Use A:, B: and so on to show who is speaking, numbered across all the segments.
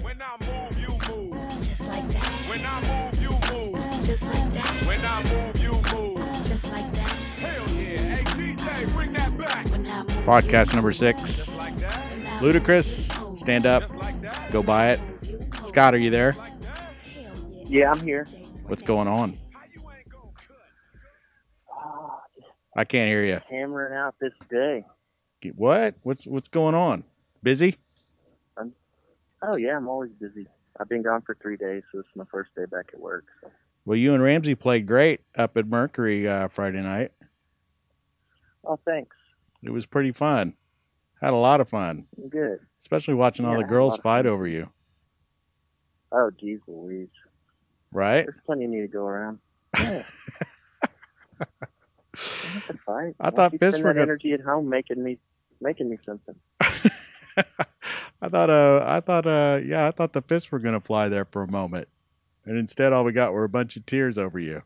A: When I move, you move.
B: Just like that.
A: When I move, you move.
B: Just like that.
A: When I move, you move.
B: Just like that.
A: Hell yeah. Hey, DJ, bring that back.
B: When I move, you
C: Podcast number
B: move.
C: six.
A: Like that.
B: When I move, you
C: Ludacris,
B: move.
C: stand up,
A: Just like that.
C: go buy it.
B: You move.
C: Scott, are you there?
A: Like that.
B: Hell
D: Yeah, I'm here.
C: What's going on?
A: How you ain't gonna cut?
D: Ah,
C: I can't hear you.
D: hammering out this day.
C: What? What's what's going on? Busy?
D: Oh yeah, I'm always busy. I've been gone for three days, so this is my first day back at work. So.
C: Well, you and Ramsey played great up at Mercury uh, Friday night.
D: Oh, thanks.
C: It was pretty fun. Had a lot of fun,
D: I'm good.
C: especially watching all
D: Yeah,
C: the
D: a
C: girls
D: lot of
C: fight over you,
D: Oh, geez, Louise.
C: right?
D: There's plenty of me to go around. Yeah. That's a fight.
C: I
D: Why
C: thought
D: don't you
C: fists
D: spend
C: were
D: that
C: gonna-
D: energy at home making me making me something.
C: I thought, uh, I thought, uh, yeah, I thought the fists were gonna fly there for a moment, and instead, all we got were a bunch of tears over you.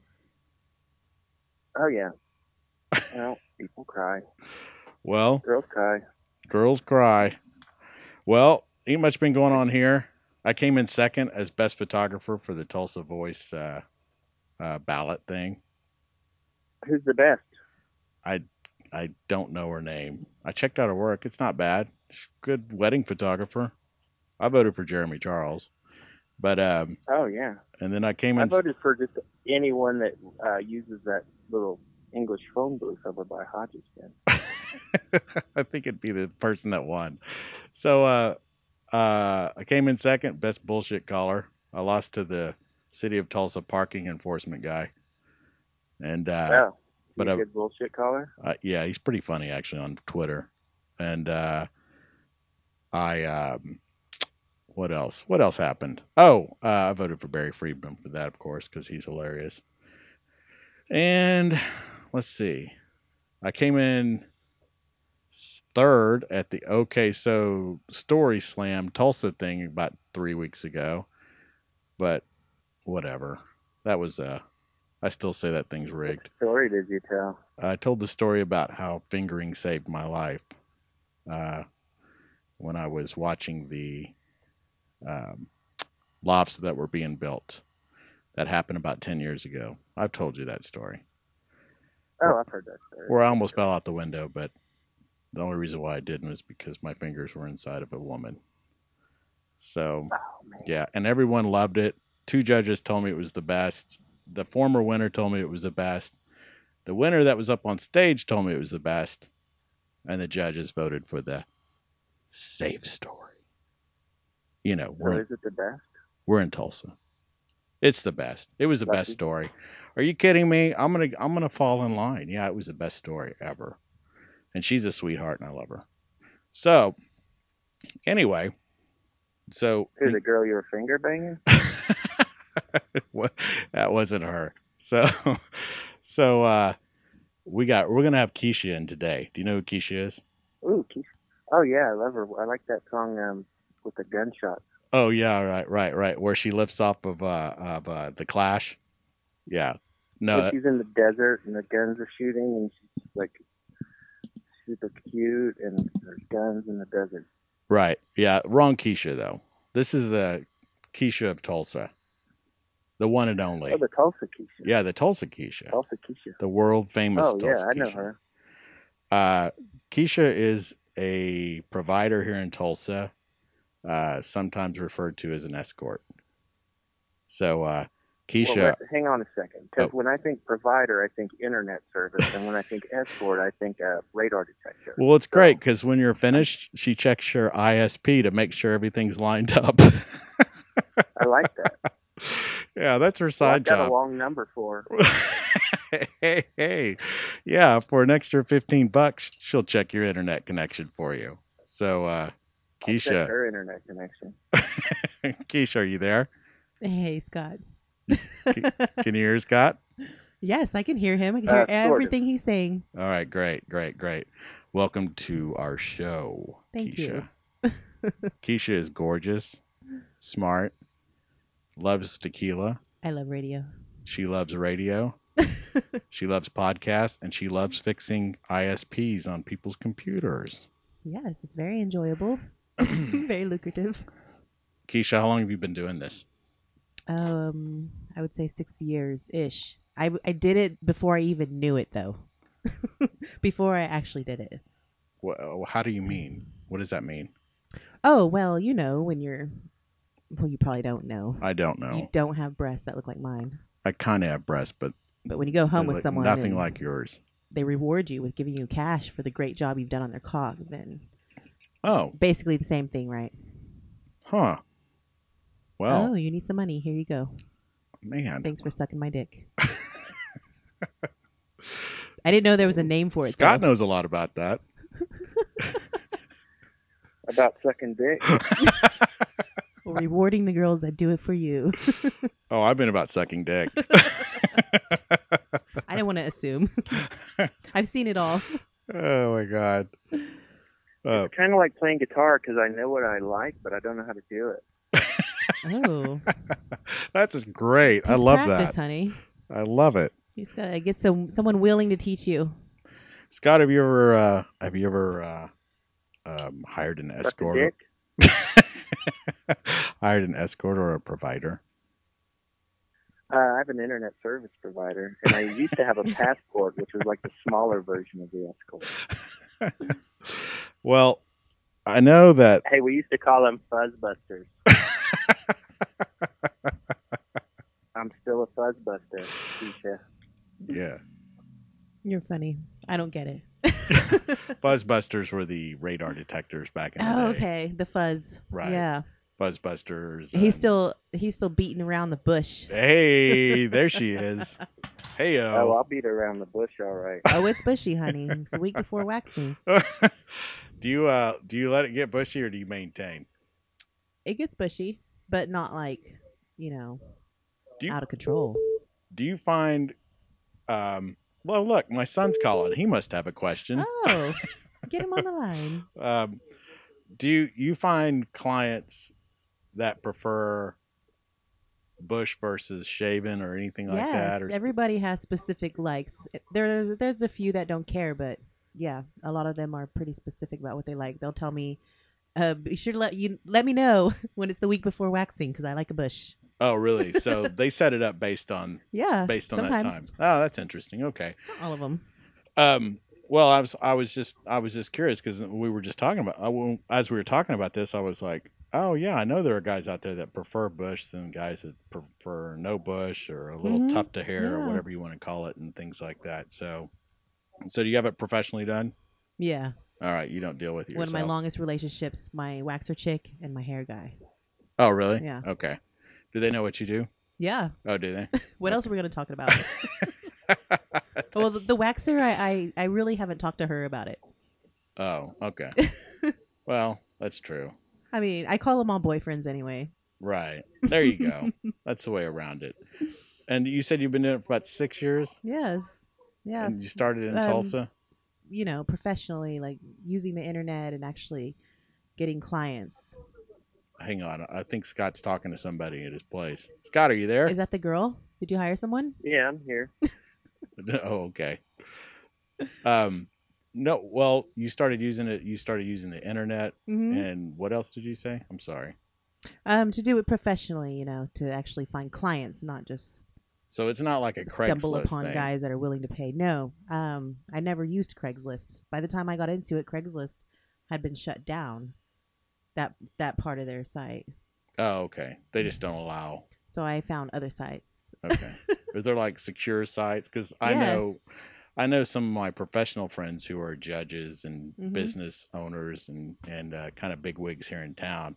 D: Oh yeah. well, people cry.
C: Well,
D: Girls cry.
C: girls cry. Well, ain't much been going on here. I came in second as best photographer for the Tulsa Voice uh, uh, ballot thing.
D: Who's the best?
C: I don't know her name. I checked out her work. It's not bad. She's a good wedding photographer. I voted for Jeremy Charles. But um
D: Oh yeah.
C: and then I came
D: I
C: in
D: voted for just anyone that uh, uses that little English phone booth over by Hodges. Then.
C: I think it'd be the person that won. So uh uh I came in second, best bullshit caller. I lost to the city of Tulsa parking enforcement guy. And uh
D: oh,
C: but
D: but a
C: I-
D: good bullshit caller.
C: uh, yeah, he's pretty funny actually on Twitter. And uh, I, um, what else? What else happened? Oh, uh, I voted for Barry Friedman for that, of course, because he's hilarious. And let's see, I came in s- third at the OK So Story Slam Tulsa thing about three weeks ago, but whatever. That was uh, I still say that thing's rigged.
D: Story did you tell?
C: I told the story about how fingering saved my life uh, when I was watching the um, lofts that were being built. That happened about 10 years ago. I've told you that story
D: Oh, I've heard that story.
C: where I almost fell out the window, but the only reason why I didn't was because my fingers were inside of a woman. So,
D: Oh man.
C: yeah, and everyone loved it. Two judges told me it was the best. The former winner told me it was the best. The winner that was up on stage told me it was the best. And the judges voted for the safe story. You know,
D: So
C: we're,
D: is it the best?
C: we're in Tulsa. It's the best. It was the best
D: Lucky.
C: story. Are you kidding me? I'm gonna I'm gonna fall in line. Yeah, it was the best story ever. And she's a sweetheart and I love her. So anyway, so
D: Who the girl you were finger banging?
C: wa- that wasn't her. So, so uh, we got we're gonna have Keisha in today. Do you know who Keisha is?
D: Ooh, Keisha. Oh yeah, I love her. I like that song um, with the gunshot.
C: Oh yeah, right, right, right. Where she lifts off of uh, of uh, the Clash. Yeah. No,
D: When she's in the desert and the guns are shooting, and she's like super cute, and there's guns in the desert.
C: Right. Yeah. Wrong Keisha though. This is the Keisha of Tulsa, the one and only.
D: Oh, the Tulsa Keisha.
C: Yeah, the Tulsa Keisha,
D: Tulsa Keisha.
C: the world famous.
D: Oh yeah,
C: Tulsa
D: I know
C: Keisha.
D: her.
C: Uh, Keisha is a provider here in Tulsa, uh, sometimes referred to as an escort. So, uh, Keisha,
D: Well, wait, hang on a second, because
C: Oh.
D: when I think provider, I think internet service, and when I think escort, I think uh, radar detector.
C: well, it's great because when you're finished, she checks your ISP to make sure everything's lined up.
D: I like that.
C: yeah, that's her
D: Well,
C: side
D: I've got a
C: job.
D: long number for. her.
C: hey, hey, yeah, for an extra 15 bucks, she'll check your internet connection for you. So, uh,
D: I'll check
C: Keisha,
D: her internet connection.
C: Keisha, are you there?
E: Hey, Scott.
C: Can you hear us, Scott?
E: yes, I can hear him. I can
D: Uh,
E: hear
D: sort of.
E: everything he's saying.
C: All right, great, great, great. Welcome to our show,
E: Thank
C: Keisha. Keisha is gorgeous, smart, loves tequila.
E: I love radio.
C: She loves radio. she loves podcasts, and she loves fixing ISPs on people's computers.
E: Yes, it's very enjoyable, very lucrative.
C: Keisha, how long have you been doing this?
E: Um, I would say six years ish. I, w- I did it before I even knew it, though. before I actually did it.
C: Wha- How do you mean? What does that mean?
E: Oh, well, you know, when you're. Well, you probably don't know.
C: I don't
E: You
C: know.
E: don't have breasts that look like mine.
C: I kind of have breasts, but
E: But when you go home
C: they
E: with
C: look
E: someone,
C: nothing
E: and
C: like yours.
E: they reward you with giving you cash for the great job you've done on their cock. Then
C: Oh,
E: basically the same thing, right?
C: huh. Well,
E: Oh, you need some money. Here you go.
C: man,
E: Thanks for sucking my dick. I didn't know there was a name for it.
C: Scott
E: though.
C: knows a lot about that.
D: About sucking dick.
E: Rewarding the girls that do it for you.
C: Oh, I've been about sucking dick.
E: I didn't want to assume. I've seen it all.
C: oh my god. Uh,
D: It's kind of like playing guitar because I know what I like, but I don't know how to do it.
E: Oh,
C: that's just great. I
E: takes
C: love
E: practice,
C: that.
E: honey.
C: I love it.
E: You just gotta get some someone willing to teach you.
C: Scott, have you ever uh, have you ever uh, um, hired an
D: Suck a
C: escort?
D: dick.
C: hired an escort or a provider?
D: Uh, I have an internet service provider, and I used to have a passport, which was like the smaller version of the escort.
C: Well, I know that
D: Hey, we used to call them fuzzbusters. I'm still a fuzzbuster, Keisha.
C: yeah,
E: You're funny. I don't get it.
C: Buzzbusters were the radar detectors back in the
E: Oh,
C: day.
E: okay. The fuzz.
C: Right.
E: Yeah.
C: Buzzbusters.
E: He's
C: and-
E: still he's still beating around the bush.
C: Hey, there she is. Hey,
D: Oh,
C: yo.
D: I'll beat around the bush, all right.
E: Oh, it's bushy, honey. It's the week before waxing.
C: do you uh do you let it get bushy or do you maintain?
E: It gets bushy, but not like, you know,
C: Do you-
E: out of control.
C: Do you find um well look, my son's calling. He must have a question.
E: Oh, get him on the line.
C: Um do you you find clients that prefer bush versus shaven or anything like
E: yes,
C: that? Or
E: everybody has specific likes. There's there's a few that don't care, but yeah, a lot of them are pretty specific about what they like. They'll tell me, uh, "Be sure to let you let me know when it's the week before waxing because I like a bush."
C: oh really? So they set it up based on
E: Yeah,
C: based on
E: sometimes
C: that time. Oh, that's interesting. Okay.
E: Not all of them.
C: Um, well, I was I was just I was just curious because we were just talking about I, won't- as we were talking about this, I was like, oh yeah, I know there are guys out there that prefer bush than guys that prefer no bush or a little
E: Mhm.
C: tuft of hair or
E: Yeah.
C: whatever you want to call it and things like that. So, so do you have it professionally done?
E: Yeah,
C: All right, you don't deal with it
E: one
C: yourself.
E: of my longest relationships, my waxer chick and my hair guy.
C: oh really?
E: Yeah.
C: Okay. Do they know what you do?
E: Yeah,
C: Oh, do they?
E: What
C: Okay.
E: else are we going to talk about? well, the, the waxer, I, I, I really haven't talked to her about it.
C: Oh, okay. well, that's true.
E: I mean, I call them all boyfriends anyway.
C: Right. There you go. that's the way around it. And you said you've been doing it for about six years.
E: Yes. Yeah.
C: And you started in
E: um,
C: Tulsa.
E: you know, professionally, like using the internet and actually getting clients.
C: Hang on, I think Scott's talking to somebody at his place. Scott, are you there?
E: Is that the girl? Did you hire someone?
D: Yeah, I'm here.
C: oh, okay. Um, no. Well, you started using it. You started using the internet,
E: Mm-hmm.
C: and what else did you say? I'm sorry.
E: Um, to do it professionally, you know, to actually find clients, not just
C: So it's not like a Craigslist
E: stumble upon
C: thing.
E: guys that are willing to pay. No, um, I never used Craigslist. By the time I got into it, Craigslist had been shut down. That that part of their site.
C: Oh, okay. They just don't allow.
E: So I found other sites.
C: Okay. Is there like secure sites? Because I know
E: yes.
C: I know some of my professional friends who are judges and
E: Mhm.
C: business owners and and uh, kind of big wigs here in town.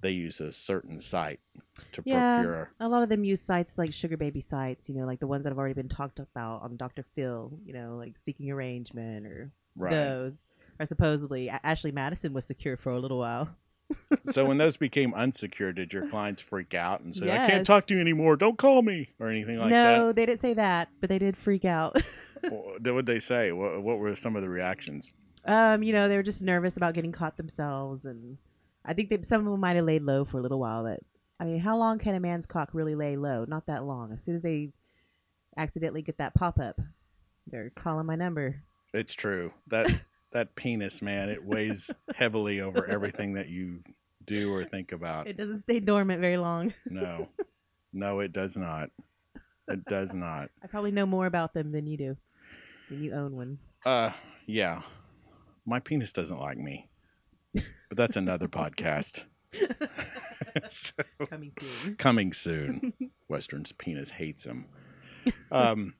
C: They use a certain site to
E: Yeah.
C: procure.
E: a lot of them use sites like sugar baby sites, you know, like the ones that have already been talked about on Dr. Phil, you know, like seeking arrangement or
C: Right.
E: those. Or supposedly A- Ashley Madison was secure for a little while.
C: so when those became unsecured, did your clients freak out and say, "I
E: Yes.
C: can't talk to you anymore. Don't call me," or anything like
E: no, they didn't say that, but they did freak out.
C: that? What would they say? What, what were some of the reactions?
E: Um, you know, they were just nervous about getting caught themselves, and I think that some of them might have laid low for a little while. But I mean, how long can a man's cock really lay low? Not that long. As soon as they accidentally get that pop up, they're calling my number.
C: It's true that that penis, man, it weighs heavily over everything that you do or think about.
E: It doesn't stay dormant very long.
C: No, no, it does not. It does not.
E: I probably know more about them than you do. Than you own one.
C: Uh, yeah, my penis doesn't like me, but that's another podcast. So-
E: Coming soon.
C: coming soon. Western's penis hates him. Um,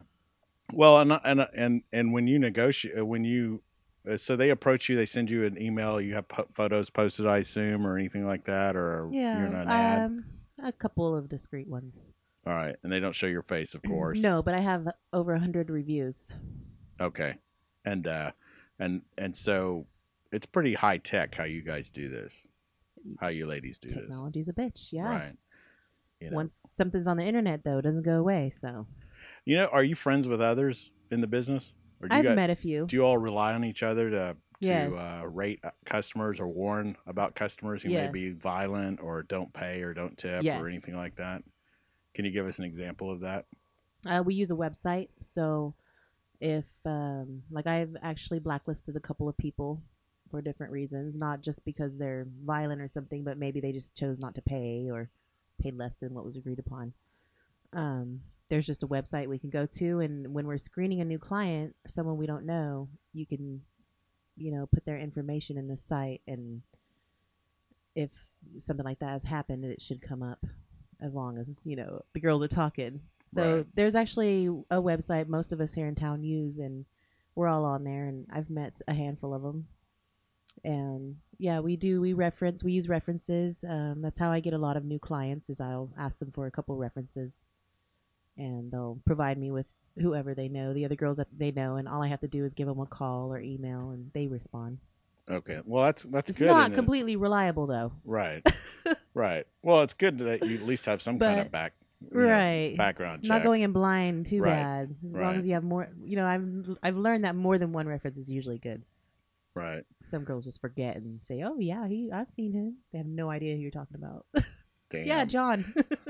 C: well, and and and and when you negotiate, when you uh, so they approach you, they send you an email. You have po- photos posted, I assume, or anything like that, or
E: Yeah.
C: you're not an ad.
E: Um, a couple of discreet ones.
C: All right, and they don't show your face, of course.
E: No, but I have over a hundred reviews.
C: Okay, and uh, and and so it's pretty high tech how you guys do this, how you ladies do this,
E: Technology's a bitch. Yeah.
C: right? You know.
E: Once something's on the internet, though, it doesn't go away. So
C: you know, are you friends with others in the business? Or do you
E: I've
C: got-
E: met a few.
C: do you all rely on each other to to
E: Yes.
C: uh, rate customers or warn about customers who may be
E: Yes.
C: violent or don't pay or don't tip
E: Yes.
C: or anything like that? Can you give us an example of that?
E: Uh, we use a website, so if um, like I've actually blacklisted a couple of people for different reasons, not just because they're violent or something, but maybe they just chose not to pay or paid less than what was agreed upon. Um, there's just a website we can go to, and when we're screening a new client, someone we don't know, you can, you know, put their information in the site, and if something like that has happened, it should come up as long as you know the girls are talking. So
C: Right.
E: there's actually a website most of us here in town use, and we're all on there. And I've met a handful of them, and yeah, we do. We reference. We use references. Um, that's how I get a lot of new clients. Is I'll ask them for a couple references, and they'll provide me with whoever they know, the other girls that they know, and all I have to do is give them a call or email, and they respond.
C: Okay, well that's that's
E: It's
C: good.
E: not
C: and it-
E: completely reliable though.
C: right, right. Well, it's good that you at least have some kind of
E: But-
C: back you know,
E: right.
C: background check.
E: Not going in blind too
C: Right.
E: bad. As
C: Right.
E: long as you have more, you know, I've I've learned that more than one reference is usually good.
C: right.
E: Some girls just forget and say, "Oh yeah, he I've seen him." They have no idea who you're talking about.
C: Damn.
E: yeah, John.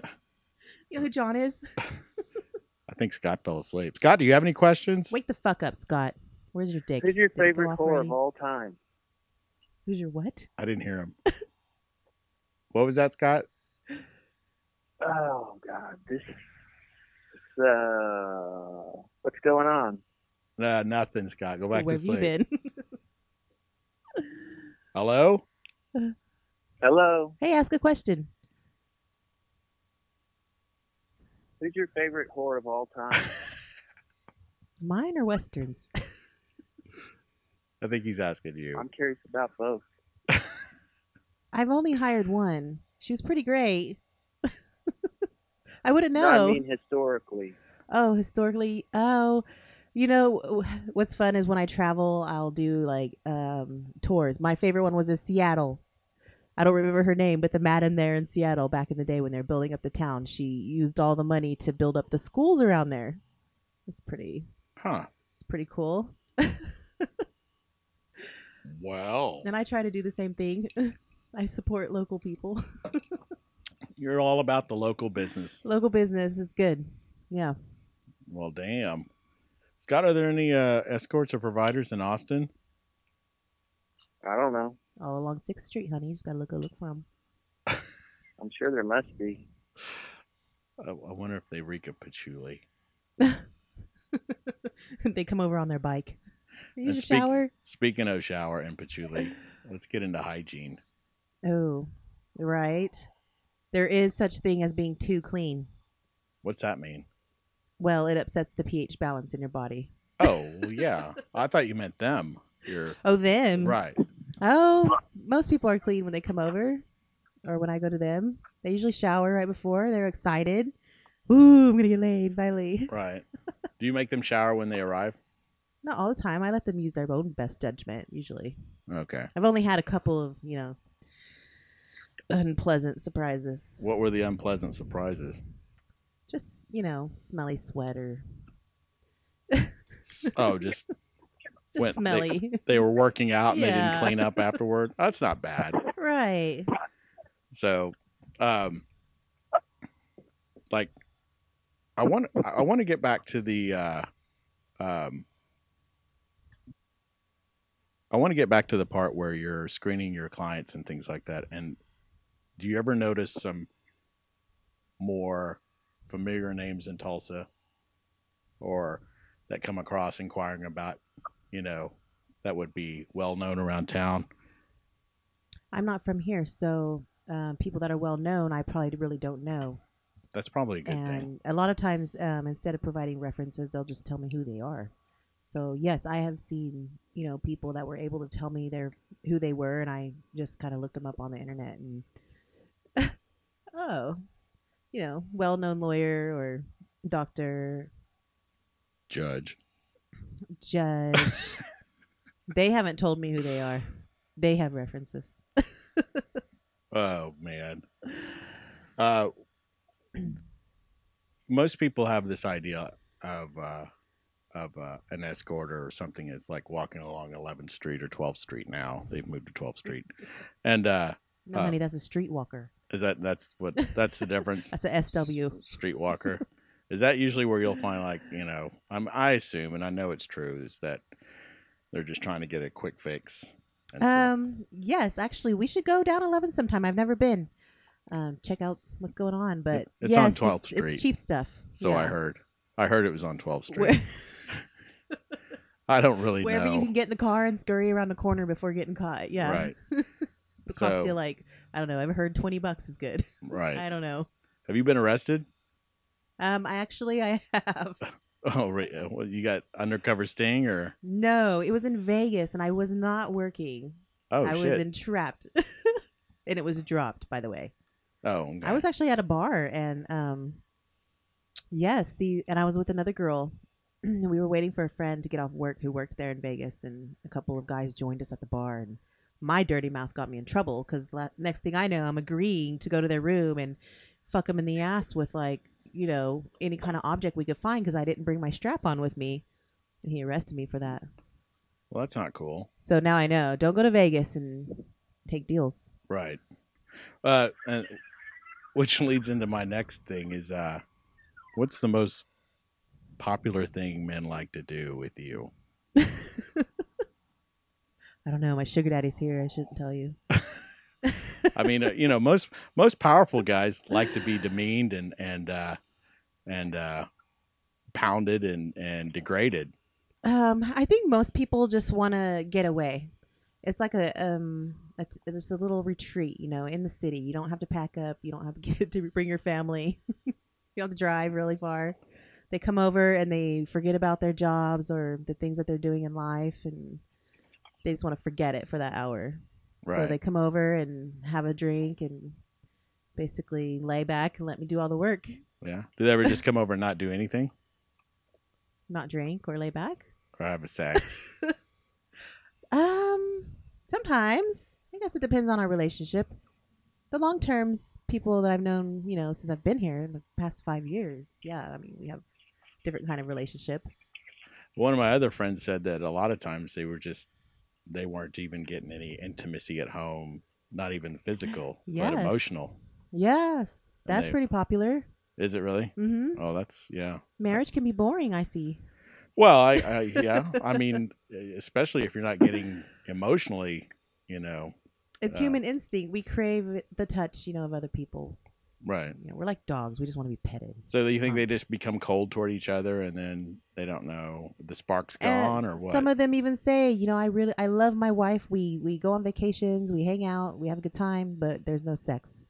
E: you know who John is?
C: I think Scott fell asleep. Scott, do you have any questions?
E: Wake the fuck up, Scott. Where's your dick?
D: Who's your
E: Did it go
D: favorite
E: off
D: whore
E: already?
D: of all time?
E: Who's your what?
C: I didn't hear him. what was that, Scott?
D: Oh God, this. is, Uh, what's going on?
C: Nah, nothing, Scott. Go back
E: Where
C: to
E: have you
C: sleep.
E: been?
C: Hello?
D: Hello,
E: hey, ask a question.
D: who's your favorite whore of all time?
E: Mine or westerns?
C: I think he's asking you.
D: I'm curious about both.
E: I've only hired one. She was pretty great. I wouldn't know.
D: I mean historically.
E: Oh, historically. Oh, you know w- what's fun is when I travel, I'll do like um, tours. My favorite one was in Seattle. I don't remember her name, but the madam there in Seattle back in the day when they were building up the town, she used all the money to build up the schools around there. It's pretty.
C: Huh.
E: It's pretty cool.
C: Well,
E: And I try to do the same thing. I support local people.
C: you're all about the local business.
E: local business is good. Yeah.
C: Well, damn. Scott, are there any uh, escorts or providers in Austin?
D: I don't know.
E: All along 6th Street, honey. You just got to look, go look for 'em.
D: I'm sure there must be.
C: I, I wonder if they reek of patchouli.
E: they come over on their bike. You
C: And
E: just
C: speak-
E: shower?
C: Speaking of shower and patchouli, let's get into hygiene.
E: Oh, right. There is such thing as being too clean.
C: What's that mean?
E: Well, it upsets the pH balance in your body.
C: Oh, well, yeah. I thought you meant them. You're
E: Oh, them.
C: right.
E: Oh, most people are clean when they come over or when I go to them. They usually shower right before. They're excited. Ooh, I'm going to get laid finally.
C: Right. Do you make them shower when they arrive?
E: Not all the time. I let them use their own best judgment usually.
C: Okay.
E: I've only had a couple of, you know, unpleasant surprises.
C: What were the unpleasant surprises?
E: Just, you know, smelly sweater.
C: S- Oh, just
E: Just
C: When they-
E: smelly.
C: they were working out and they didn't
E: Yeah.
C: clean up afterward. That's not bad.
E: right.
C: So, um, like, I want I want to get back to the, uh, um, I want to get back to the part where you're screening your clients and things like that. And Do you ever notice some more familiar names in Tulsa or that come across inquiring about, you know, that would be well known around town?
E: I'm not from here, so um, people that are well known, I probably really don't know.
C: That's probably a good
E: and
C: thing.
E: a lot of times, um, instead of providing references, they'll just tell me who they are. So yes, I have seen you know people that were able to tell me their who they were, and I just kind of looked them up on the internet and oh, you know, well-known lawyer or doctor,
C: Judge.
E: judge. they haven't told me who they are. They have references.
C: Oh man. Uh, most people have this idea of uh, of uh, an escort or something that's like walking along 11th Street or 12th Street. Now they've moved to 12th Street, and uh,
E: No,
C: Uh,
E: honey, that's a streetwalker.
C: is that that's what that's the difference?
E: That's a SW.
C: Streetwalker. Is that usually where you'll find like you know? I'm I assume, and I know it's true, is that they're just trying to get a quick fix. And so-
E: Um, yes, actually, we should go down 11 sometime. I've never been. Um, check out what's going on, but
C: it's on
E: yes,
C: 12th
E: it's-
C: Street.
E: It's cheap stuff.
C: so I
E: Yeah.
C: heard. I heard it was on 12th Street.
E: Where,
C: I don't really
E: wherever
C: know.
E: you can get in the car and scurry around the corner before getting caught. Yeah,
C: Right.
E: It'll
C: so
E: cost you like I don't know. I've heard 20 bucks is good.
C: right.
E: I don't know.
C: Have you been arrested?
E: Um, I actually I have
C: Oh, right. Uh, Well, you got undercover sting or
E: no. It was in Vegas, and I was not working.
C: oh
E: I
C: shit.
E: was entrapped, and it was dropped. By the way.
C: oh, okay.
E: I was actually at a bar and um yes, the and I was with another girl. we were waiting for a friend to get off work who worked there in Vegas and a couple of guys joined us at the bar and my dirty mouth got me in trouble cuz next thing I know I'm agreeing to go to their room and fuck them in the ass with like, you know, any kind of object we could find cuz I didn't bring my strap on with me. And he arrested me for that.
C: Well, that's not cool.
E: So now I know. Don't go to Vegas and take deals.
C: Right. Uh, and, which leads into my next thing is uh, what's the most popular thing men like to do with you?
E: I don't know. My sugar daddy's here. I shouldn't tell you.
C: I mean, uh, you know, most most powerful guys like to be demeaned and and uh, and uh, pounded and and degraded.
E: Um, I think most people just want to get away. It's like a um, it's, it's a little retreat, you know, in the city. You don't have to pack up. You don't have to get to bring your family. you don't have to drive really far. They come over and they forget about their jobs or the things that they're doing in life, and they just want to forget it for that hour.
C: Right.
E: So they come over and have a drink and basically lay back and let me do all the work,
C: yeah. Do they ever just come over and not do anything
E: not drink or lay back.
C: or have a sex?
E: Um, sometimes I guess it depends on our relationship. The long terms people that I've known, you know, since I've been here in the past five years, yeah, I mean, we have different kind of relationship.
C: one of my other friends said that a lot of times they were just they weren't even getting any intimacy at home not even physical
E: Yes.
C: but emotional
E: Yes,
C: And
E: that's
C: they-
E: pretty popular.
C: is it really
E: Mm-hmm.
C: oh that's yeah
E: Marriage can be boring. I see.
C: well i, I yeah i mean especially if you're not getting emotionally you know
E: It's
C: Uh,
E: human instinct. We crave the touch, you know, of other people.
C: right
E: You know, we're like dogs. We just want to be petted.
C: so do you think they
E: Right.
C: just become cold toward each other and then they don't know the spark's
E: And
C: gone or what
E: Some of them even say, you know, I really, I love my wife. We we go on vacations, we hang out, we have a good time, but there's no sex.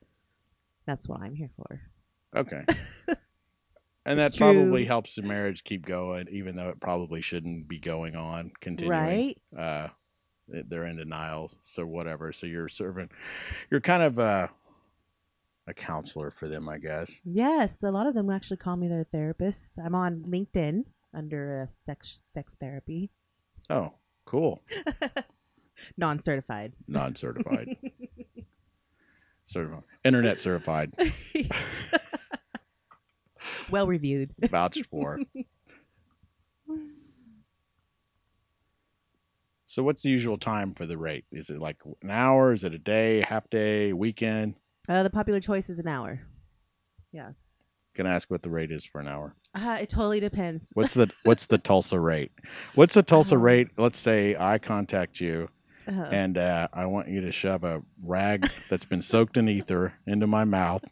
E: That's what I'm here for.
C: okay and that
E: It's
C: probably
E: true.
C: helps the marriage keep going even though it probably shouldn't be going on continuing
E: Right?
C: uh they're in denial so whatever so you're serving you're kind of uh a counselor for them i guess
E: Yes, a lot of them actually call me their therapist. I'm on LinkedIn under uh, sex sex therapy,
C: oh cool
E: non-certified.
C: non-certified certified internet certified
E: well reviewed.
C: vouched for so what's the usual time for the rate is it like an hour is it a day half day weekend
E: Uh, the popular choice is an hour.
C: can i ask what the rate is for an hour
E: Uh, it totally depends.
C: What's the what's the Tulsa rate? What's the Tulsa
E: Um,
C: rate? Let's say I contact you
E: Uh-huh.
C: and uh, I want you to shove a rag that's been soaked in ether into my mouth,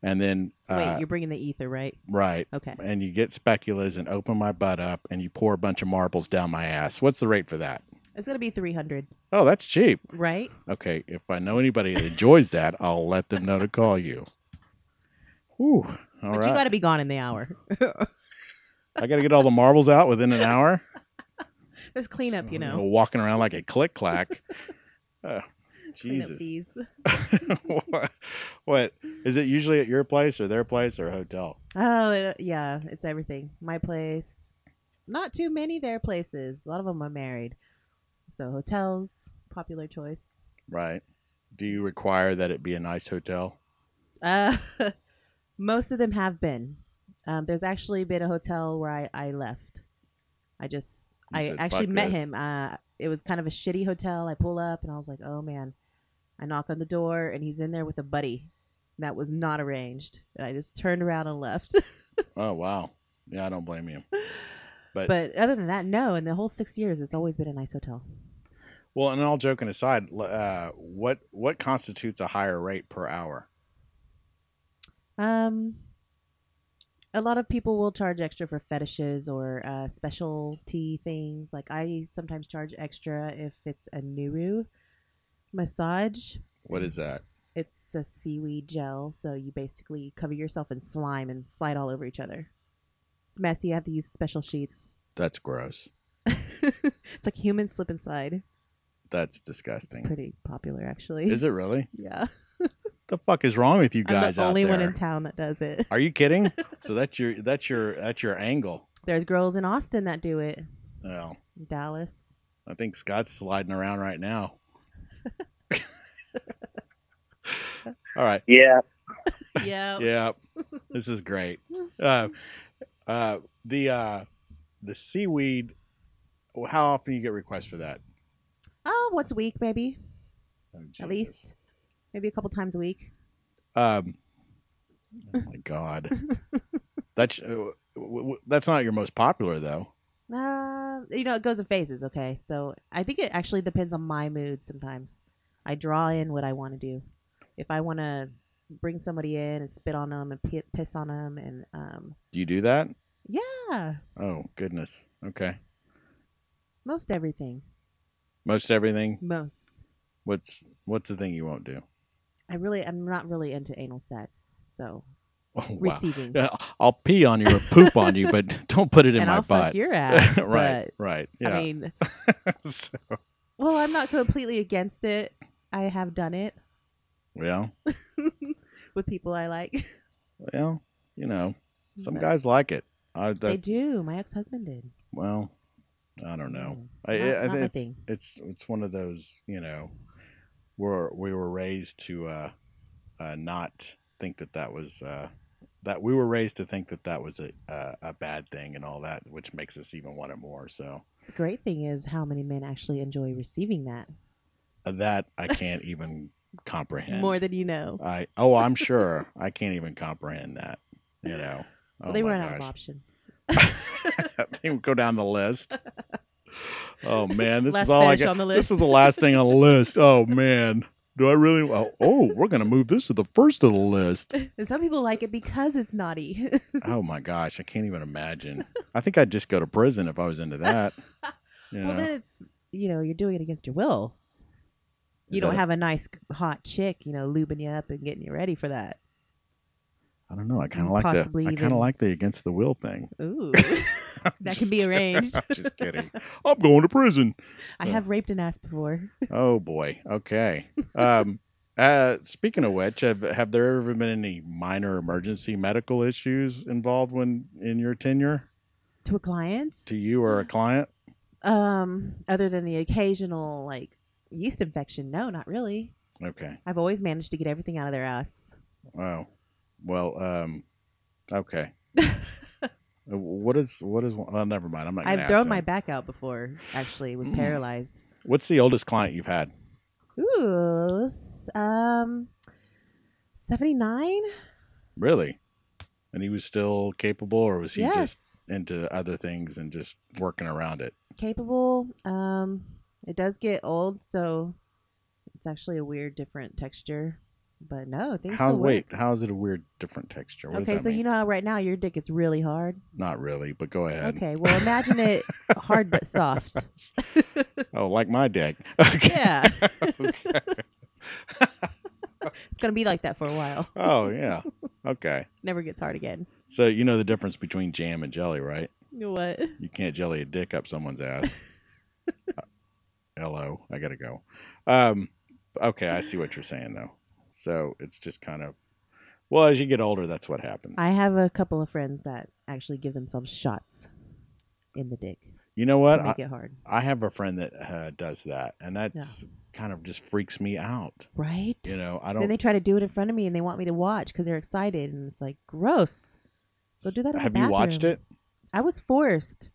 C: and then uh,
E: Wait, you're bringing the ether, right?
C: right,
E: Okay.
C: and you get speculas and open my butt up, and you pour a bunch of marbles down my ass. What's the rate for that?
E: It's going to be 300,
C: Oh, that's cheap.
E: right?
C: Okay, if I know anybody that enjoys that, I'll let them know to call you. Whew. all right.
E: but you got to be gone in the hour.
C: I got to get all the marbles out within an hour.
E: There's cleanup,
C: Oh,
E: you know.
C: Walking around like a click clack. Uh,
E: Cleanup
C: Jesus.
E: fees.
C: what, what is it usually at your place or their place or a hotel?
E: Oh, it, yeah, it's everything. My place. Not too many their places. A lot of them are married. So hotels, popular choice.
C: Right. Do you require that it be a nice hotel?
E: Uh, most of them have been. Um, there's actually been a hotel where I, I left. I just
C: You
E: I
C: said,
E: actually
C: "Fuck
E: met
C: this."
E: him. Uh, it was kind of a shitty hotel. I pull up and I was like, oh man. I knock on the door and he's in there with a buddy. That was not arranged. And I just turned around and left.
C: Oh wow. Yeah, I don't blame you. But,
E: but other than that, no. In the whole six years, it's always been a nice hotel.
C: well, and all joking aside, l- uh, what what constitutes a higher rate per hour?
E: Um, a lot of people will charge extra for fetishes or uh, specialty things. Like I sometimes charge extra if it's a Nuru massage.
C: What is that?
E: It's a seaweed gel, so you basically cover yourself in slime and slide all over each other. It's messy. You have to use special sheets.
C: That's gross.
E: it's like human slip and slide.
C: That's
E: It's
C: disgusting.
E: pretty popular, actually.
C: Is it really?
E: Yeah,
C: The fuck is wrong with you
E: I'm
C: guys
E: the only
C: out there?
E: one in town that does it.
C: Are you kidding? so that's your that's your that's your angle.
E: There's girls in Austin that do it.
C: Well,
E: Dallas.
C: I think Scott's sliding around right now. All right.
D: Yeah.
E: Yeah.
C: Yeah, this is great. Uh, uh, the uh, the seaweed. well, How often you get requests for that?
E: Oh, once a week, maybe.
C: Oh, Jesus.
E: At least. Maybe a couple times a week.
C: Um, oh my God, that's uh, w- w- that's not your most popular though.
E: Uh, you know, it goes in phases, okay? So I think it actually depends on my mood sometimes. I draw in what I want to do. If I want to bring somebody in and spit on them and p- piss on them and, um,
C: Do you do that?
E: yeah,
C: Oh goodness. Okay.
E: most everything.
C: Most everything.
E: Most.
C: What's what's the thing you won't do?
E: I really, I'm not really into anal sex. So
C: Oh, wow.
E: receiving.
C: Yeah, I'll pee on you or poop on you, but don't put it in
E: and
C: my
E: I'll
C: butt.
E: fuck your ass.
C: right.
E: But,
C: right. Yeah.
E: I mean,
C: So-
E: well, I'm not completely against it. I have done it.
C: well,
E: with people I like.
C: well, you know. Some
E: But
C: guys like it. I,
E: They
C: that's,
E: do. My ex husband did.
C: well, I don't know.
E: Mm.
C: I,
E: Not-
C: I, I
E: not my
C: think it's,
E: thing.
C: it's it's one of those you know, where we were raised to uh, uh, not think that that was uh, that we were raised to think that that was a, a a bad thing and all that, which makes us even want it more. So
E: The great thing is how many men actually enjoy receiving that
C: uh, that I can't even comprehend.
E: more than you know.
C: I oh I'm sure I can't even comprehend that. You know. Oh
E: they
C: my
E: run out of
C: gosh.
E: options.
C: they would go down the list. Oh man, this
E: Last
C: is all I
E: fetish
C: got.
E: on the
C: This
E: list.
C: is the last thing on the list. Oh man, do I really? Oh, oh we're gonna move this to the first of the list.
E: And some people like it because it's naughty.
C: Oh my gosh, I can't even imagine. I think I'd just go to prison if I was into that. You
E: Well,
C: know?
E: then it's, you know, you're doing it against your will. You
C: Is
E: don't
C: that-
E: have a nice, hot chick, you know, lubing you up and getting you ready for that.
C: I don't know. I kind of like the.
E: possibly
C: I kind
E: even-
C: of like the against the will thing.
E: Ooh, that can be arranged.
C: I'm just kidding. I'm going to prison.
E: I
C: So-
E: have raped an ass before.
C: Oh boy. Okay. Um, uh, speaking of which, have, have there ever been any minor emergency medical issues involved when in your tenure
E: To a client?
C: to you or a client?
E: Um, other than the occasional, like, yeast infection, no, not really.
C: Okay.
E: I've always managed to get everything out of their ass.
C: Wow. Well. Um, okay. Uh, what is what is? Well, never mind. I'm not. Gonna
E: I've
C: ask
E: thrown
C: that.
E: my back out before. Actually, was
C: Mm.
E: paralyzed.
C: What's the oldest client you've had?
E: Ooh, s- um, seventy nine.
C: Really? And he was still capable, or was he
E: Yes,
C: just into other things and just working around it?
E: capable. Um, It does get old, so it's actually a weird, different texture. But no, things
C: How
E: still work.
C: wait? How is it a weird, different texture? What does
E: okay,
C: that
E: so
C: mean?
E: you know how right now your dick gets really hard.
C: Not really, but go ahead.
E: Okay, well imagine it hard but soft.
C: oh, like my dick. Okay.
E: Yeah,
C: Okay.
E: it's gonna be like that for a while.
C: Oh yeah. Okay.
E: Never gets hard again.
C: So you know the difference between jam and jelly, right?
E: You know What?
C: You can't jelly a dick up someone's ass. Uh, Hello, I gotta go. Um, okay, I see what you're saying though. So it's just kind of well, as you get older, that's what happens.
E: I have a couple of friends that actually give themselves shots in the dick
C: you know
E: to
C: what? I,
E: make it hard.
C: I have a friend that uh, does that, and that's kind of just freaks me out.
E: Right?
C: You know, I
E: then
C: don't.
E: they try to do it in front of me and they want me to watch because they're excited and it's like gross. go do that in the
C: have you watched
E: bathroom.
C: it?
E: I was forced.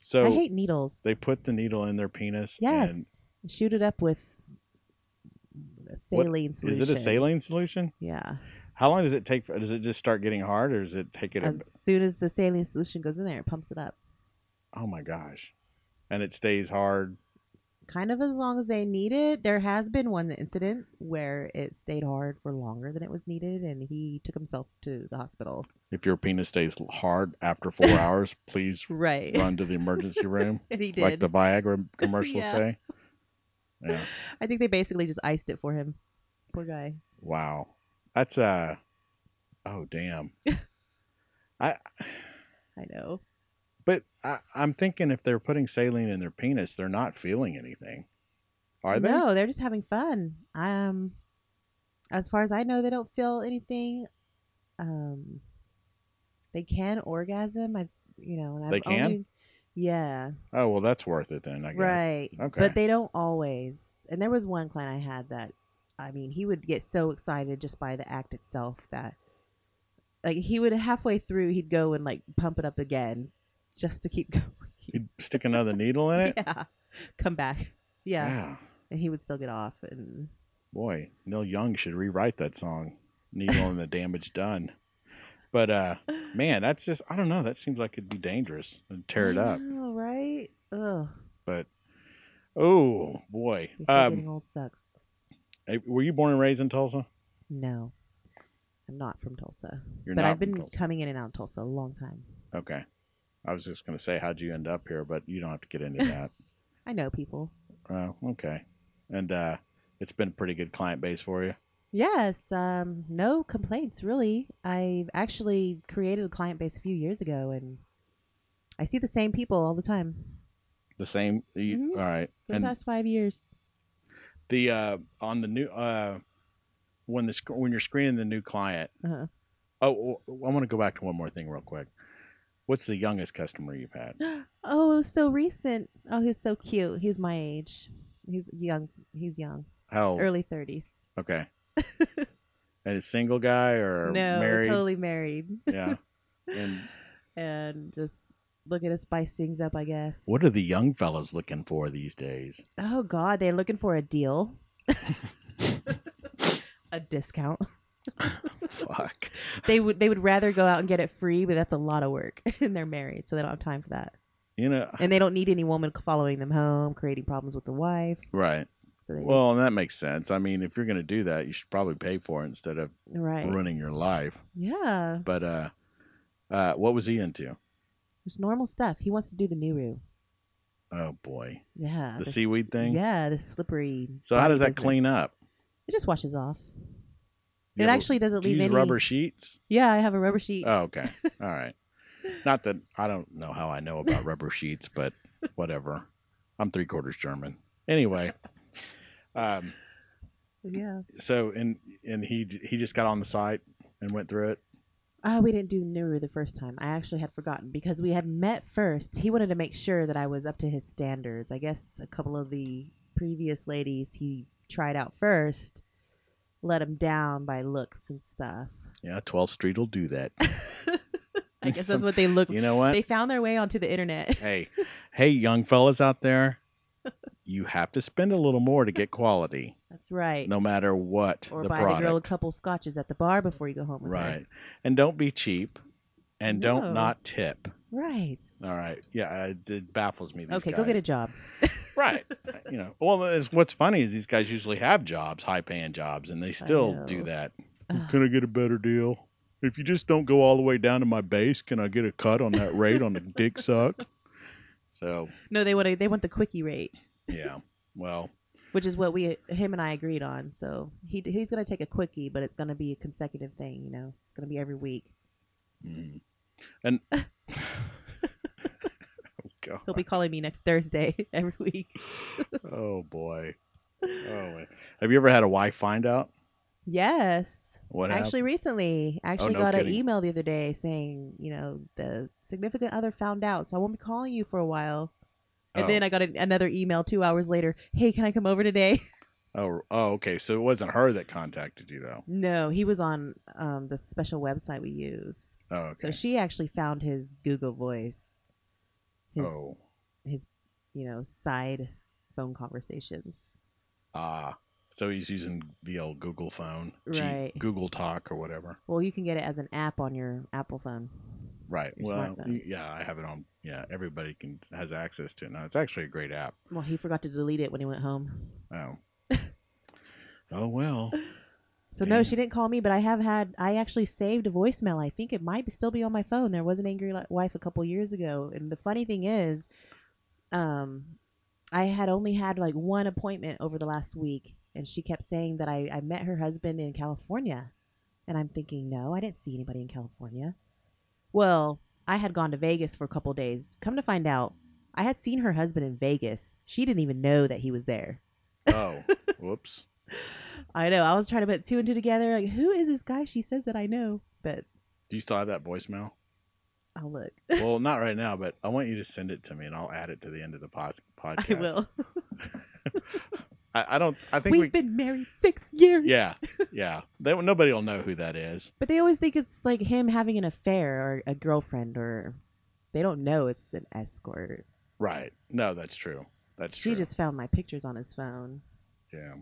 C: So
E: I hate needles.
C: they put the needle in their penis. and-
E: yes. Shoot it up with a saline
C: is
E: solution.
C: it a saline solution?
E: Yeah.
C: How long does it take? Does it just start getting hard, or does it take it? a-
E: As soon as the saline solution goes in there, it pumps it up.
C: oh my gosh! And it stays hard.
E: Kind of as long as they need it. There has been one incident where it stayed hard for longer than it was needed, and he took himself to the hospital.
C: If your penis stays hard after four hours, please
E: Right.
C: run to the emergency room,
E: And he did.
C: like the Viagra commercials
E: Yeah.
C: say. Yeah.
E: I think they basically just iced it for him. Poor guy.
C: Wow. That's uh. Oh damn.
E: I know.
C: But I, I'm thinking if they're putting saline in their penis, they're not feeling anything, are they?
E: No, they're just having fun. Um, as far as I know, they don't feel anything. Um, they can orgasm. I've s- you know, and I've
C: They can?
E: only- yeah,
C: Oh well, that's worth it then. I guess.
E: right.
C: Okay.
E: But they don't always. And there was one client I had that, I mean, he would get so excited just by the act itself that, like, he would halfway through he'd go and like pump it up again, just to keep going.
C: You stick another needle in it.
E: yeah, come back. yeah,
C: Wow.
E: and he would still get off and.
C: Boy, Neil Young should rewrite that song, Needle and the Damage Done. But uh man, that's just I don't know, that seems like it'd be dangerous and tear it
E: I
C: up.
E: Know, right? Ugh.
C: But oh boy.
E: they say getting
C: Um
E: old sucks.
C: eh, were you born and raised in Tulsa?
E: No, I'm not from Tulsa,
C: You're
E: but
C: not
E: I've
C: from
E: been
C: Tulsa.
E: coming in and out of Tulsa a long time.
C: Okay. I was just gonna say how'd you end up here, but you don't have to get into that.
E: I know people.
C: Oh, okay. And uh it's been a pretty good client base for you.
E: Yes, um, no complaints really. I've actually created a client base a few years ago, and I see the same people all the time
C: The same you,
E: Mhm.
C: all right.
E: for the
C: and
E: past five years.
C: the uh on the new uh when the sc- when you're screening the new client
E: Uh-huh.
C: oh oh, i want to go back to one more thing real quick what's the youngest customer you've had
E: Oh, it was so recent. Oh, he's so cute. He's my age. He's young. He's young.
C: how old?
E: Early thirties.
C: okay and a single guy or
E: No,
C: married
E: totally married.
C: yeah and
E: and just looking to spice things up, I guess.
C: what are the young fellows looking for these days
E: Oh God, they're looking for a deal, a discount.
C: fuck
E: They would they would rather go out and get it free, but that's a lot of work, and they're married, so they don't have time for that,
C: you know
E: and they don't need any woman following them home, creating problems with the wife.
C: right
E: So they
C: well and that makes sense i mean if you're going to do that you should probably pay for it instead of
E: right,
C: ruining your life
E: yeah,
C: but uh uh what was he into
E: it's normal stuff. He wants to do the Nuru.
C: oh boy
E: Yeah,
C: The
E: s-
C: seaweed thing?
E: Yeah, the slippery.
C: so how
E: body
C: does that
E: business.
C: clean up
E: It just washes off.
C: You
E: it
C: ever-
E: actually doesn't
C: Do you
E: leave
C: use
E: any
C: rubber sheets.
E: Yeah, I have a rubber sheet.
C: Oh, okay. All right. Not that I don't know how I know about rubber sheets, but whatever. I'm three quarters German. Anyway, um,
E: yeah.
C: so and and he he just got on the site and went through it.
E: Uh, we didn't do Nuru the first time. I actually had forgotten because we had met first. He wanted to make sure that I was up to his standards. I guess a couple of the previous ladies he tried out first let him down by looks and stuff.
C: Yeah, 12th Street will do that.
E: I guess that's what they look.
C: You know what?
E: They found their way onto the internet.
C: hey, hey, young fellas out there, you have to spend a little more to get quality,
E: That's right.
C: no matter what
E: or
C: the
E: buy
C: product.
E: the girl a couple scotches at the bar before you go home. With her.
C: Right. And don't be cheap. and
E: No.
C: don't not tip.
E: Right.
C: All right. Yeah, it, it baffles me. These
E: okay, go
C: guys.
E: get a job.
C: right. You know. Well, it's, what's funny is these guys usually have jobs, high paying jobs, and they still do
E: know.
C: that.
E: Ugh.
C: Can I get a better deal? If you just don't go all the way down to my base, can I get a cut on that rate on the dick suck? So
E: No, they want to, they want the quickie rate,
C: yeah. Well,
E: which is what we him and I agreed on. So he he's gonna take a quickie, but it's gonna be a consecutive thing. You know, it's gonna be every week.
C: mm. and oh god.
E: He'll be calling me next Thursday every week.
C: Oh boy. Oh. man. Have you ever had a wife find out
E: Yes.
C: what happened? Oh,
E: actually recently I actually
C: no
E: got
C: kidding.
E: an email the other day saying you know the significant other found out so i won't be calling you for a while and
C: Oh.
E: then i got an another email two hours later hey can i come over today
C: Oh, oh, okay. So it wasn't her that contacted you though.
E: no he was on um, the special website we use
C: Oh, okay.
E: so she actually found his google voice his
C: oh,
E: you know side phone conversations
C: ah. So he's using the old Google phone, G-
E: Right.
C: Google Talk or whatever.
E: well you can get it as an app on your apple phone
C: Right.
E: Your
C: well,
E: smartphone.
C: y- yeah, I have it on. Yeah, everybody can has access to it now. It's actually a great app.
E: well he forgot to delete it when he went home
C: Oh. oh well.
E: So no,
C: Damn.
E: she didn't call me, but I have had I actually saved a voicemail. I think it might be- still be on my phone. There was an angry Li- wife a couple years ago, and the funny thing is, um, I had only had like one appointment over the last week, and she kept saying that I I met her husband in California, and I'm thinking no, I didn't see anybody in California. Well, I had gone to Vegas for a couple days. Come to find out, I had seen her husband in Vegas. She didn't even know that he was there.
C: Oh, whoops.
E: I know. I was trying to put two and two together. Like, who is this guy? She says that I know, but
C: Do you still have that voicemail?
E: I'll look.
C: Well, not right now, but I want you to send it to me, and I'll add it to the end of the pos- podcast.
E: I will.
C: I, I don't. I think
E: We've
C: we.
E: been married six years.
C: yeah, yeah. They, nobody will know who that is.
E: But they always think it's like him having an affair or a girlfriend, or they don't know it's an escort.
C: Right. No, that's true. That's
E: she
C: true.
E: just found my pictures on his phone.
C: Yeah.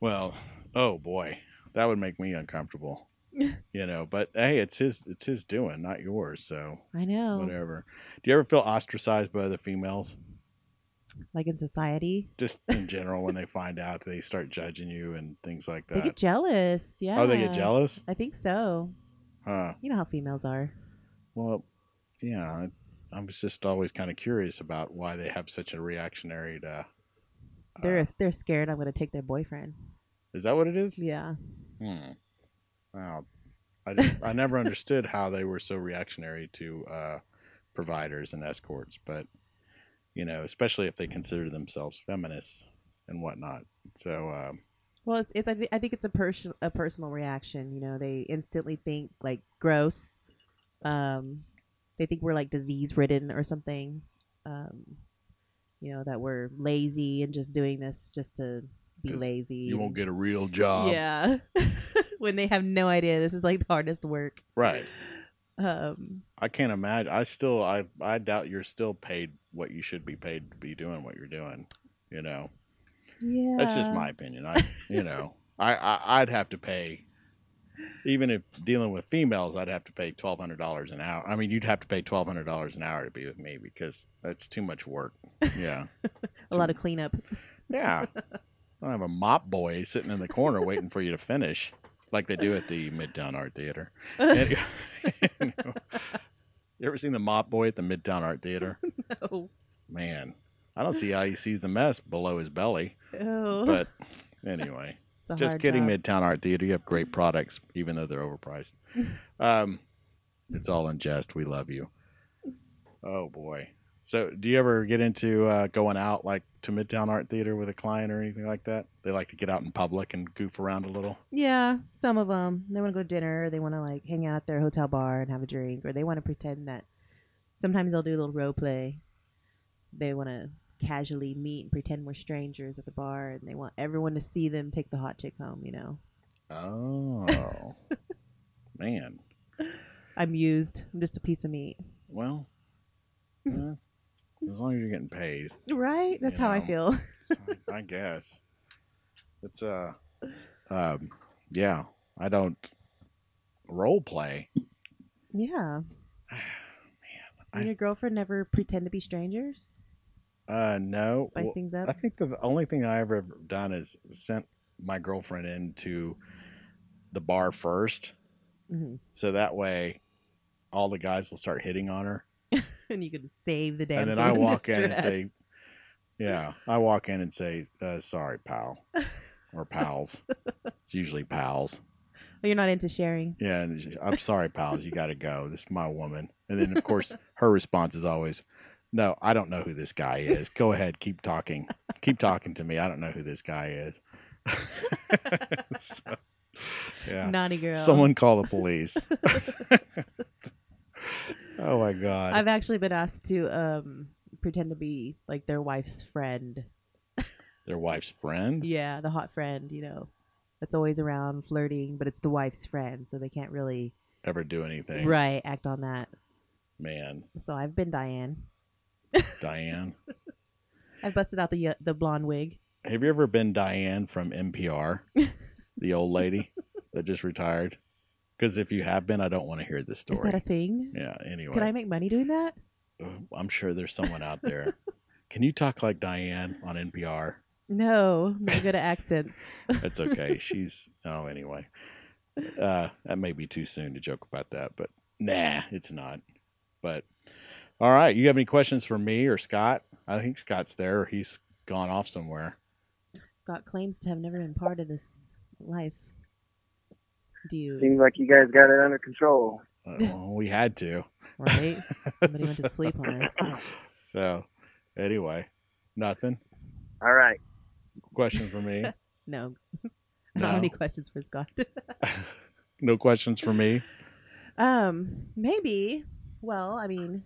C: Well, oh boy, that would make me uncomfortable. you know, but hey, it's his it's his doing, not yours. So
E: I know.
C: whatever. Do you ever feel ostracized by other females?
E: Like in society,
C: Just in general, when they find out, they start judging you and things like
E: they get
C: that.
E: jealous. Yeah.
C: Oh, they get jealous?
E: I think so.
C: Huh.
E: You know how females are.
C: Well, yeah. I, I was just always kind of curious about why they have such a reactionary to.
E: They're
C: uh,
E: if they're scared I'm going to take their boyfriend.
C: is that what it is?
E: Yeah.
C: Hmm. Wow. I just I never understood how they were so reactionary to uh, providers and escorts, but you know, especially if they consider themselves feminists and whatnot. So um,
E: Well, it's, it's I, thi- I think it's a person a personal reaction. You know, they instantly think like gross. Um, they think we're like disease ridden or something. Um, you know that we're lazy and just doing this just to be
C: 'Cause
E: lazy.
C: get a real job,
E: Yeah, when they have no idea, this is like the hardest work.
C: right?
E: Um,
C: I can't imagine. I still I I doubt you're still paid what you should be paid to be doing what you're doing. You know,
E: yeah,
C: that's just my opinion. I you know I, I I'd have to pay. Even if dealing with females, I'd have to pay twelve hundred dollars an hour. I mean, you'd have to pay twelve hundred dollars an hour to be with me because that's too much work. Yeah,
E: a lot of cleanup.
C: yeah. I don't have a mop boy sitting in the corner waiting for you to finish, like they do at the Midtown Art Theater. Any- you ever seen the mop boy at the Midtown Art Theater?
E: oh,
C: Man, I don't see how he sees the mess below his belly.
E: oh,
C: But anyway.
E: it's a
C: Just
E: hard
C: kidding,
E: job.
C: Midtown Art Theater. You have great products, even though they're overpriced. um, it's all in jest. We love you. Oh boy. So, do you ever get into uh, going out like to Midtown Art Theater with a client or anything like that? They like to get out in public and goof around a little.
E: Yeah, some of them. They want to go to dinner. Or they want to like hang out at their hotel bar and have a drink, or they want to pretend that. Sometimes they'll do a little role play. They want to casually meet and pretend we're strangers at the bar, and they want everyone to see them take the hot chick home. You know,
C: Oh man.
E: I'm used. I'm just a piece of meat.
C: Well, eh, as long as you're getting paid,
E: Right? That's how I
C: Yeah.
E: feel.
C: I- I guess. It's uh, um, yeah. I don't role play.
E: Yeah. And
C: I-
E: your girlfriend never pretend to be strangers?
C: Uh, no.
E: Spice
C: Well,
E: things up?
C: I think the only thing I ever done is sent my girlfriend into the bar first,
E: hmm
C: so that way all the guys will start hitting on her,
E: And you can save the
C: and
E: damsel
C: then I walk in and
E: distress.
C: say, "Yeah, I walk in and say, uh, sorry, pal, or pals. it's usually pals.
E: Oh, you're not into sharing.
C: Yeah, and she- I'm sorry, pals. You got to go. This is my woman." And then of course her response is always, "No, I don't know who this guy is. Go ahead, keep talking, keep talking to me. I don't know who this guy is." So, yeah.
E: Naughty girl.
C: Someone call the police. oh my god.
E: I've actually been asked to um, pretend to be like their wife's friend.
C: Their wife's friend.
E: Yeah, the hot friend, you know, that's always around flirting, but it's the wife's friend, so they can't really
C: Ever do anything?
E: right act on that.
C: Man,
E: So I've been Diane.
C: Diane.
E: I busted out the ye- the blonde wig.
C: Have you ever been Diane from NPR, the old lady that just retired? Because if you have been, I don't want to hear this
E: Is that a
C: story.
E: thing?
C: yeah. Anyway,
E: Could I make money doing that?
C: I'm sure there's someone out there. Can you talk like Diane on NPR?
E: No, I'm not good at accents.
C: That's okay. She's oh anyway. Uh that may be too soon to joke about that, but nah, it's not. But all right, you have any questions for me or Scott? I think Scott's there or he's gone off somewhere.
E: Scott claims to have never been part of this life. Do you?
D: Seems like you guys got it under control.
C: Uh, well, we had to.
E: Right? Somebody went to sleep on us.
C: So anyway, nothing.
D: All right.
C: Question for me.
E: No. I don't
C: No.
E: have any questions for Scott.
C: No questions for me.
E: um, maybe. Well, I mean,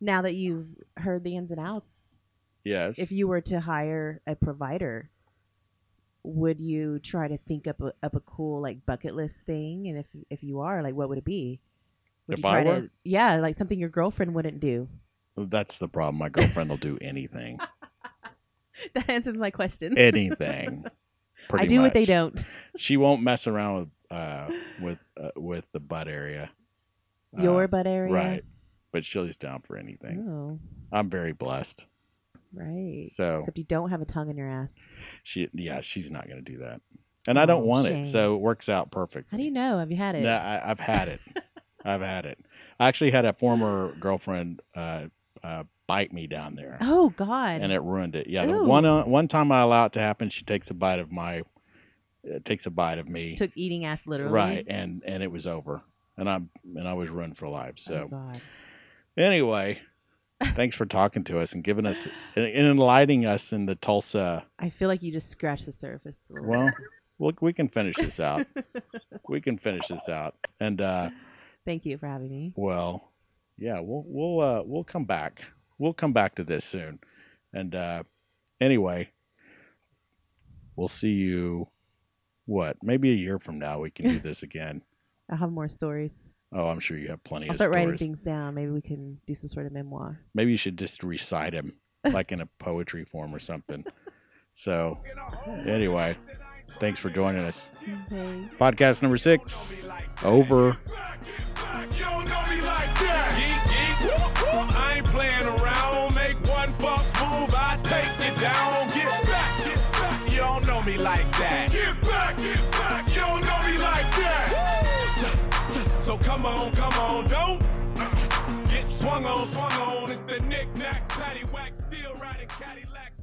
E: now that you've heard the ins and outs,
C: Yes.
E: if you were to hire a provider, would you try to think up a, up a cool like bucket list thing? And if if you are, like, what would it be? Would
C: If
E: you
C: I
E: try
C: were?
E: to yeah, like something your girlfriend wouldn't do?
C: That's the problem. My girlfriend will do anything.
E: That answers my question.
C: Anything.
E: I
C: Pretty
E: do what they
C: much.
E: don't.
C: she won't mess around with uh, with uh, with the butt area. Uh,
E: Your butt area,
C: right, but she'll just down for anything.
E: Oh,
C: I'm very blessed.
E: right.
C: So
E: Except you don't have a tongue in your ass.
C: she, yeah, she's not going to do that, and I don't
E: Oh,
C: want
E: shame.
C: it. So it works out perfect.
E: How do you know? Have you had it?
C: No, I, I've had it. I've had it. I actually had a former girlfriend uh, uh, bite me down there,
E: Oh God.
C: and it ruined it. Yeah, the
E: Ooh.
C: one uh, one time I allow it to happen, she takes a bite of my, uh, takes a bite of me,
E: took eating ass literally. Oh,
C: right, and and it was over, and I'm and I was ruined for life. So.
E: Oh God.
C: Anyway, thanks for talking to us and giving us and enlightening us in the Tulsa.
E: I feel like you just scratched the surface. a little
C: Well,
E: bit.
C: look, we can finish this out. we can finish this out, and uh,
E: Thank you for having me.
C: well, yeah, we'll we'll uh, we'll come back. We'll come back to this soon, and uh, anyway, we'll see you. What? Maybe a year from now we can do this again.
E: I'll have more stories.
C: Oh, I'm sure you have plenty
E: I'll
C: of
E: start writing
C: stories.
E: things down. Maybe we can do some sort of memoir.
C: Maybe you should just recite them like in a poetry form or something. So.
A: In a hole
C: Anyway,
A: that I ain't
C: thanks for joining us.
E: Okay.
C: Podcast number six, over.
A: You don't know me like that. Geek, geek, whoop, whoop. I ain't playing around. Make one false move, I take you down. Get back, get back. You don't know me like that. Get back, get back. You don't know me like that. So, so- so come on, come on, don't. Get swung on, swung on. It's the knick-knack, paddywhack, still riding Cadillacs.